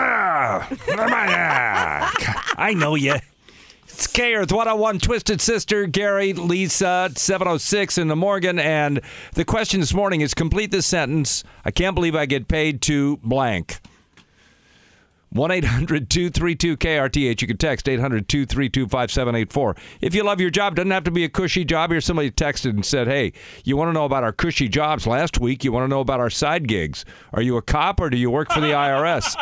Ah, ah, I know you. It's K Earth 101 Twisted Sister, Gary, Lisa, 706 in the Morgan. And the question this morning is complete this sentence. I can't believe I get paid to blank. 1 800 232 KRTH. You can text 800 232 5784. If you love your job, doesn't have to be a cushy job. Here, somebody texted and said, Hey, you want to know about our cushy jobs last week? You want to know about our side gigs? Are you a cop or do you work for the IRS?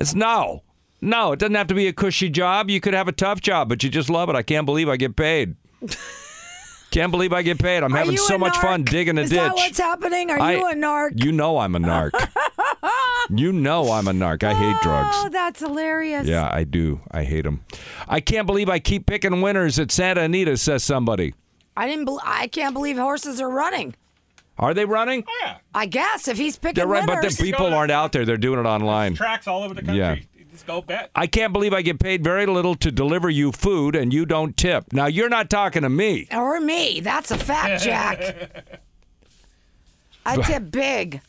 It's no. No, it doesn't have to be a cushy job. You could have a tough job, but you just love it. I can't believe I get paid. can't believe I get paid. I'm Are having you so a much fun narc? digging a Is ditch. that what's happening? Are I- you a narc? You know I'm a narc. you know I'm a narc. I hate drugs. Oh, that's hilarious. Yeah, I do. I hate them. I can't believe I keep picking winners at Santa Anita, says somebody. I didn't. Bel I can't believe horses are running. Are they running? I guess if he's picking They're running, but winners, the people aren't out there. They're doing it online. Tracks all over the country. Yeah. Just go bet. I can't believe I get paid very little to deliver you food and you don't tip. Now, you're not talking to me. or me. That's a fact, Jack. I tip big.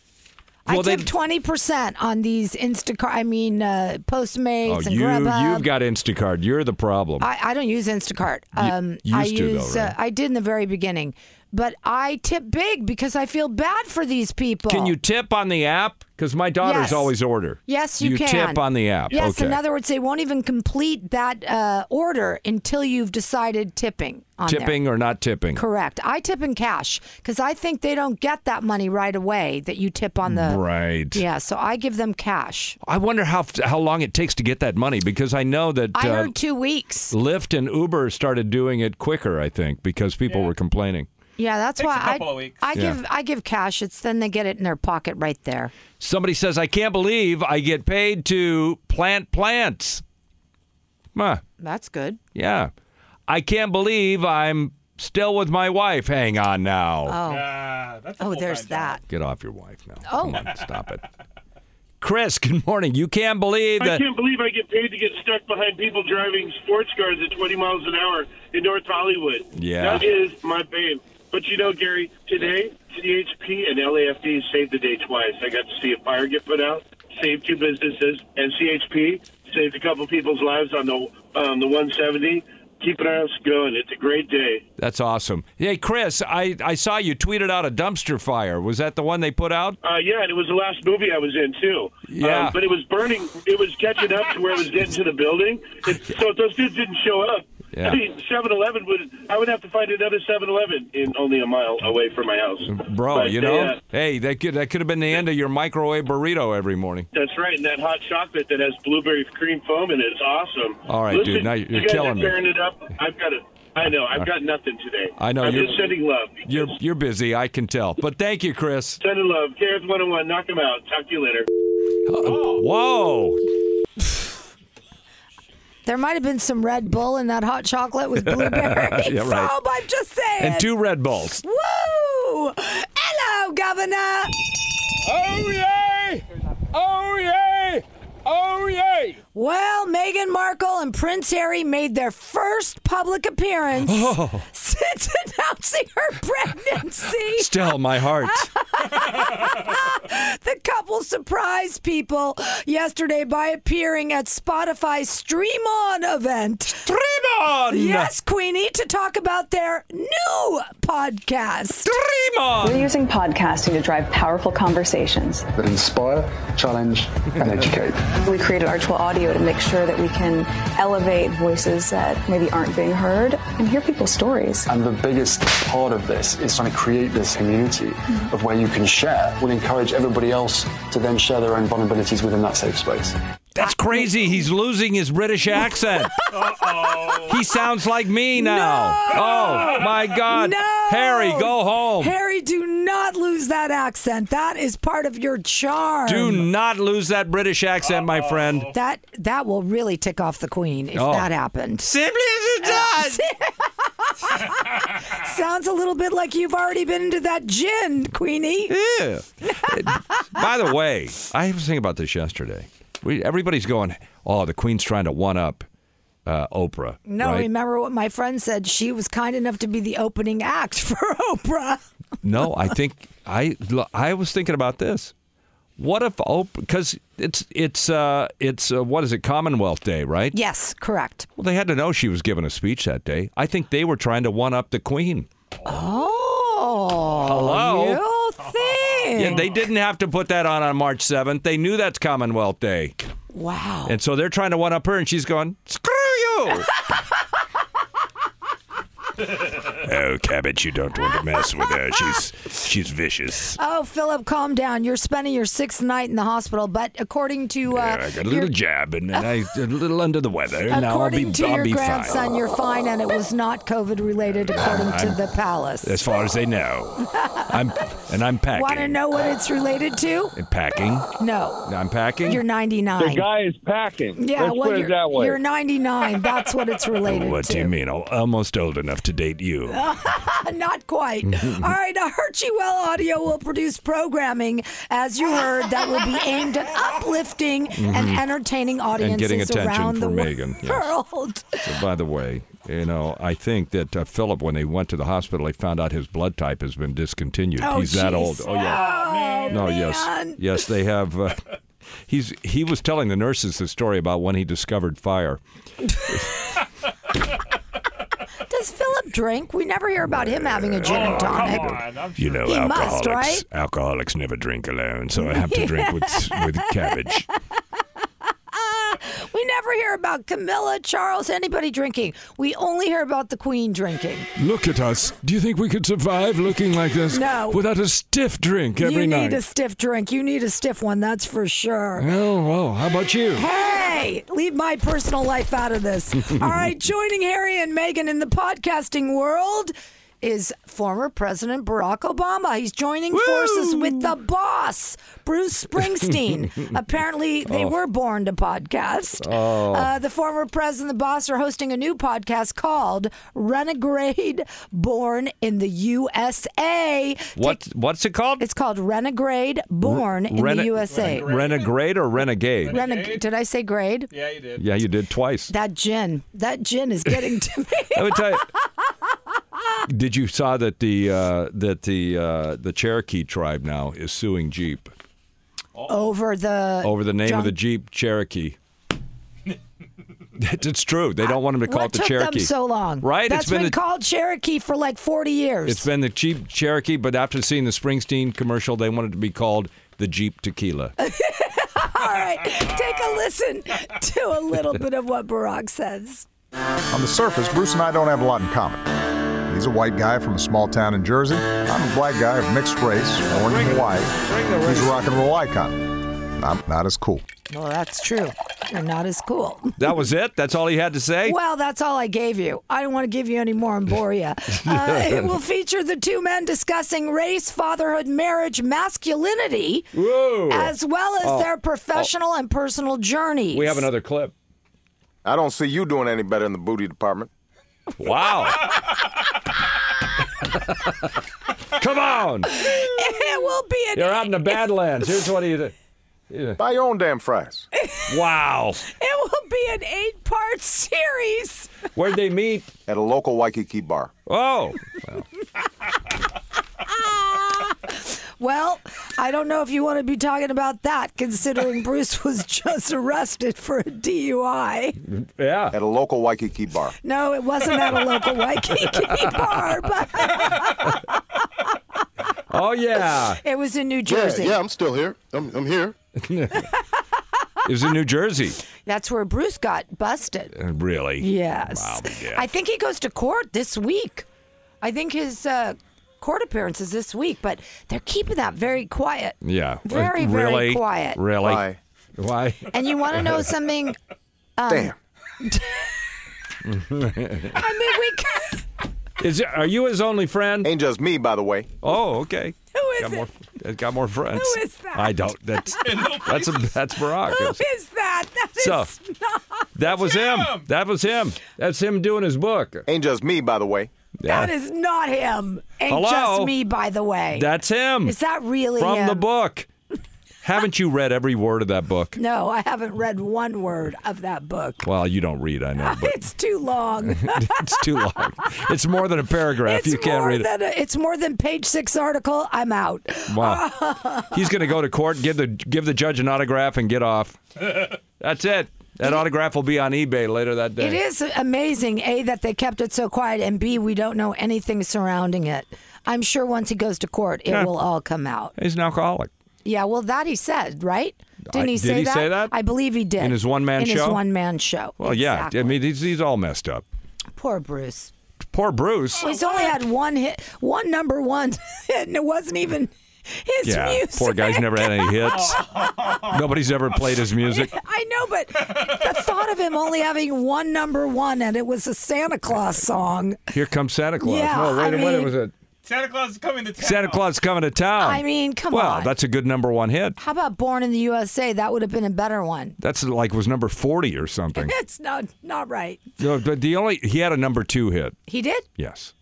Well, I they- tip twenty percent on these Instacart. I mean, uh, Postmates Oh, and you, Grubhub. you've got Instacart. You're the problem. I, I don't use Instacart. Um, I used to, though, use. right? uh, I did in the very beginning, but I tip big because I feel bad for these people. can you tip on the app? Because my daughters Yes. always order. Yes, you, you can. tip on the app. Yes, okay. in other words, they won't even complete that uh, order until you've decided tipping on there. tipping or not tipping. Correct. I tip in cash because I think they don't get that money right away that you tip on the. Right. Yeah, so I give them cash. I wonder how how long it takes to get that money because I know that I uh, heard two weeks. Lyft and Uber started doing it quicker, I think, because people were complaining. Yeah, that's Takes why a I, couple of weeks. I Yeah. give I give cash. It's then they get it in their pocket right there. Somebody says, I can't believe I get paid to plant plants. Huh, That's good. yeah. I can't believe I'm still with my wife. Hang on now. Ah, that's a Oh, there's full-time job. that. Get off your wife now. Oh. Come on, stop it. Chris, good morning. You can't believe I that. can't believe I get paid to get stuck behind people driving sports cars at 20 miles an hour in North Hollywood. Yeah. That is my fame. But you know, Gary, today, CHP and LAFD saved the day twice. I got to see a fire get put out, saved two businesses, and CHP saved a couple people's lives on the, on the 170. Keeping us going. It's a great day. That's awesome. Hey, Chris, I, I saw you tweeted out a dumpster fire. Was that the one they put out? Uh, yeah, and it was the last movie I was in too. Yeah. Um, but it was burning. It was catching up to where it was getting to the building. It, so if those kids didn't show up, Yeah. Seven Eleven would. I would have to find another Seven Eleven in only a mile away from my house. Bro, But you they, know, uh, hey, that could that could have been the end of your microwave burrito every morning. that's right, and that hot chocolate that has blueberry cream foam in it is awesome. All right, Listen, dude, now you're- you you're guys killing are me. Uh, tearing it up. I've got it. I know. I've got nothing today. I know, I'm you're- just sending love. You're you're busy, I can tell. But thank you, Chris. Sending love. Gareth 101. Knock them out. Talk to you later. Whoa, There might have been some Red Bull in that hot chocolate with blueberry Yeah, right. foam. I'm just saying. and two Red Bulls. Woo! Hello, Governor. Oh, yay! Oh, yay! Oh, yay! Well, Meghan Markle and Prince Harry made their first public appearance Oh. since announcing her pregnancy. Still, my heart. the couple surprised people yesterday by appearing at Spotify's Stream On event. Dream on, Yes, Queenie, to talk about their new podcast. dream on. We're using podcasting to drive powerful conversations. that inspire, challenge, and educate. We created Archwell Audio to make sure that we can elevate voices that maybe aren't being heard and hear people's stories. And the biggest part of this is trying to create this community of where you can share. We'll encourage everybody else to then share their own vulnerabilities within that safe space. That's crazy. He's losing his British accent. He sounds like me now. Oh my God, No! Harry, go home. Harry, do not lose that accent. That is part of your charm. Do not lose that British accent, my friend. that that will really tick off the Queen if Oh. that happened. Simply as it Uh, does. Sounds a little bit like you've already been into that gin, Queenie. Yeah. By the way, I was thinking about this yesterday. We, everybody's going, oh, the Queen's trying to one up uh, Oprah. No, right? remember what my friend said? She was kind enough to be the opening act for Oprah. no. I think I. look, I was thinking about this. What if because it's it's uh, it's uh, what is it Commonwealth Day, right? Yes, correct. Well, they had to know she was giving a speech that day. I think they were trying to one up the Queen. Oh, Hello? You think? Yeah, they didn't have to put that on on March 7th. They knew that's Commonwealth Day. wow. And so they're trying to one up her, and she's going, screw you. oh, Cabot, you don't want to mess with her. She's she's vicious. Oh, Philip, calm down. You're spending your sixth night in the hospital, but according to uh, I got a your, little jab, and then I a little under the weather. and Now I'll according be, to I'll your be grandson, fine. you're fine, and it was not COVID related, according to the palace. As far as they know, I'm and I'm packing. Want to know what it's related to? I'm packing. No, I'm packing. you're 99. is packing. yeah, well, you're, you're 99. That's what it's related what to. Uh, do you mean? I'm almost old enough to date you. Not quite. All right, uh, Hershey Well Audio will produce programming, as you heard, that will be aimed at uplifting and entertaining audiences Mm-hmm. getting attention around the for Megan, yes. world. So, by the way, you know, I think that uh, Philip, when they went to the hospital, they found out his blood type has been discontinued. Oh, he's that jeez. old. Oh yeah. Oh, no, yes, man. yes, they have. Uh, he's he was telling the nurses the story about when he discovered fire. Does Philip drink? We never hear about him having a gin Oh, and tonic. I'm You know, He must, alcoholics right? alcoholics never drink alone, so I have to drink with with cabbage. We never hear about Camilla, Charles, anybody drinking. We only hear about the Queen drinking. Look at us. Do you think we could survive looking like this No. without a stiff drink every you night? need a stiff drink. You need a stiff one, that's for sure. oh, well, how about you? Hey, leave my personal life out of this. All right, joining Harry and Meghan in the podcasting world is former President Barack Obama. He's joining forces with the boss, Bruce Springsteen. Apparently, they Oh. were born to podcast. Uh, the former president and the boss are hosting a new podcast called Renegade Born in the USA. What what's it called? It's called Renegade Born in Rene- the USA. Renegade or renegade? Reneg- did I say grade? Yeah, you did. yeah, you did twice. That gin, that gin is getting to me. I would tell you. Did you saw that the uh, that the uh, the Cherokee tribe now is suing Jeep Over the Oh. over the name of John- the Jeep Cherokee? it's true. They don't want them to call What it the took Cherokee. them so long? Right? That's it's been been the, called Cherokee for like forty years. it's been the Jeep Cherokee, but after seeing the Springsteen commercial, they wanted to be called the Jeep Tequila. All right, take a listen to a little bit of what Barack says. On the surface, Bruce and I don't have a lot in common. He's a white guy from a small town in Jersey. I'm a black guy of mixed race, born in Hawaii. He's a rock and roll icon. I'm not as cool. Well, that's true. You're not as cool. that was it. That's all he had to say. Well, that's all I gave you. I don't want to give you any more on Boria. Uh, it will feature the two men discussing race, fatherhood, marriage, masculinity, as well as their professional and personal journeys. oh, We have another clip. I don't see you doing any better in the booty department. Wow. Come on. It will be an You're out in the Badlands. Here's what he did. Buy your own damn fries. Wow. It will be an eight part series. Where'd they meet? At a local Waikiki bar. Oh. Well, I don't know if you want to be talking about that, considering Bruce was just arrested for a DUI. Yeah. At a local Waikiki bar. No, it wasn't at a local Waikiki bar, but Oh yeah. it was in New Jersey. I'm still here. I'm, I'm here. It was in New Jersey. Uh, That's where Bruce got busted. Really? Yes. Wow, yeah. I think he goes to court this week. I think his uh, court appearance is this week, but they're keeping that very quiet. Yeah. Very, very really? quiet. Really? Why? Why? And you want to know something Um, Damn. I mean, we can. Is it, are you his only friend? Ain't just me, by the way. Oh, okay. Who is got it? more it got more friends. Who is that? I don't. That's that's a, that's Barack. Who is that? That is So- not. that was him. That was him. That's him doing his book. Ain't just me, by the way. Yeah. That is not him. And Hello? just me, by the way. That's him. is that really from him? the book. Haven't you read every word of that book? No, I haven't read one word of that book. Well, you don't read, I know, but It's too long. it's too long. It's more than a paragraph. It's you can't more read it. than a- it's more than page six article. I'm out. Wow. He's going to go to court, give the give the judge an autograph, and get off. That's it. That autograph will be on eBay later that day. It is amazing, A, that they kept it so quiet, and B, we don't know anything surrounding it. I'm sure once he goes to court, it Yeah. will all come out. He's an alcoholic. Yeah, well, that he said, right? Didn't I- he did say he that? say that? I believe he did. In his one-man In his show? one man show. Well, Exactly. yeah. I mean, he's, he's all messed up. poor Bruce. Poor Bruce. He's only had one hit, one number one, hit, and it wasn't even his yeah. music. Poor guy's never had any hits. Nobody's ever played his music. I know, but the thought of him only having one number one, and it was a Santa Claus song. Here comes Santa Claus. Yeah, no, wait I a minute. mean- Was it Santa Claus is coming to town. Santa Claus is coming to town? I mean, come well, on. that's a good number one hit. How about Born in the USA? That would have been a better one. That's like was number forty or something. It's not not right. no, but the only he had a number two hit. He did. Yes.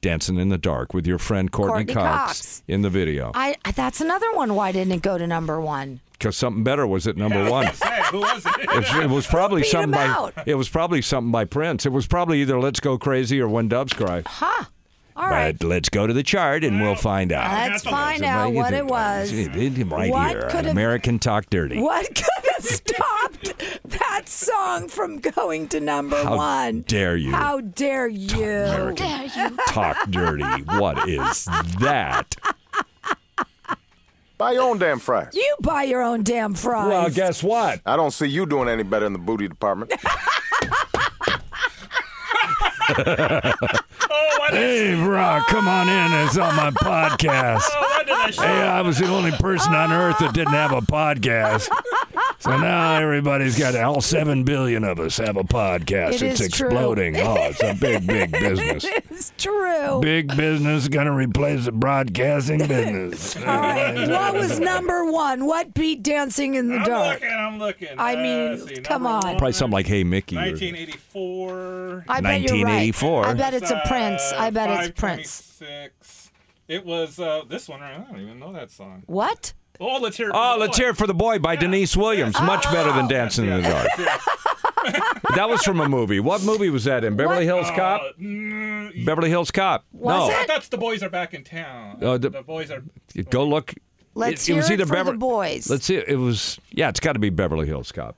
Dancing in the Dark with your friend Courtney, Courtney Cox, Cox. in the video. I that's another one. Why didn't it go to number one? Because something better was at number one. It Hey, who was it? was, it was probably Beat something him by out. it was probably something by Prince. It was probably either Let's Go Crazy or When Doves Cry. All but right, let's go to the chart and we'll find out. let's find out Right, what you it did- was. you did him Right What here on could've- American Talk Dirty. What could have stopped that song from going to number How one? dare you. How dare you? Talk Dirty. What is that? Buy your own damn fries. You buy your own damn fries. Well, guess what? I don't see you doing any better in the booty department. Oh, why did, Hey, Brock, come on in. It's on my podcast. oh, why did I show Hey, I was the only person on earth that didn't have a podcast. So now everybody's got all seven billion of us have a podcast. It it's is true. exploding. Oh, it's a big, big business. It's true. Big business going to replace the broadcasting business. All right. What was number one? What beat Dancing in the I'm Dark? looking, I'm looking. I Uh, mean, let's come number on. one, Probably something like Hey Mickey. 1984. I bet you're right. 1984. I bet it's uh, a Prince. I bet it's Prince. 526. It was uh, this one. right? I don't even know that song. What? Oh, let's hear. it for Oh, the Let's boy. Hear It for the Boy by Denise Williams. Much better than Dancing in the Dark. that was from a movie. What movie was that in? Beverly Hills Cop? Uh, mm, Beverly Hills Cop. Was no. it? That's the boys are back in town. Oh, the- the, boys are. Go look. Let's it, it was hear it either for the Beverly- boys. Let's see. It was yeah. It's got to be Beverly Hills Cop.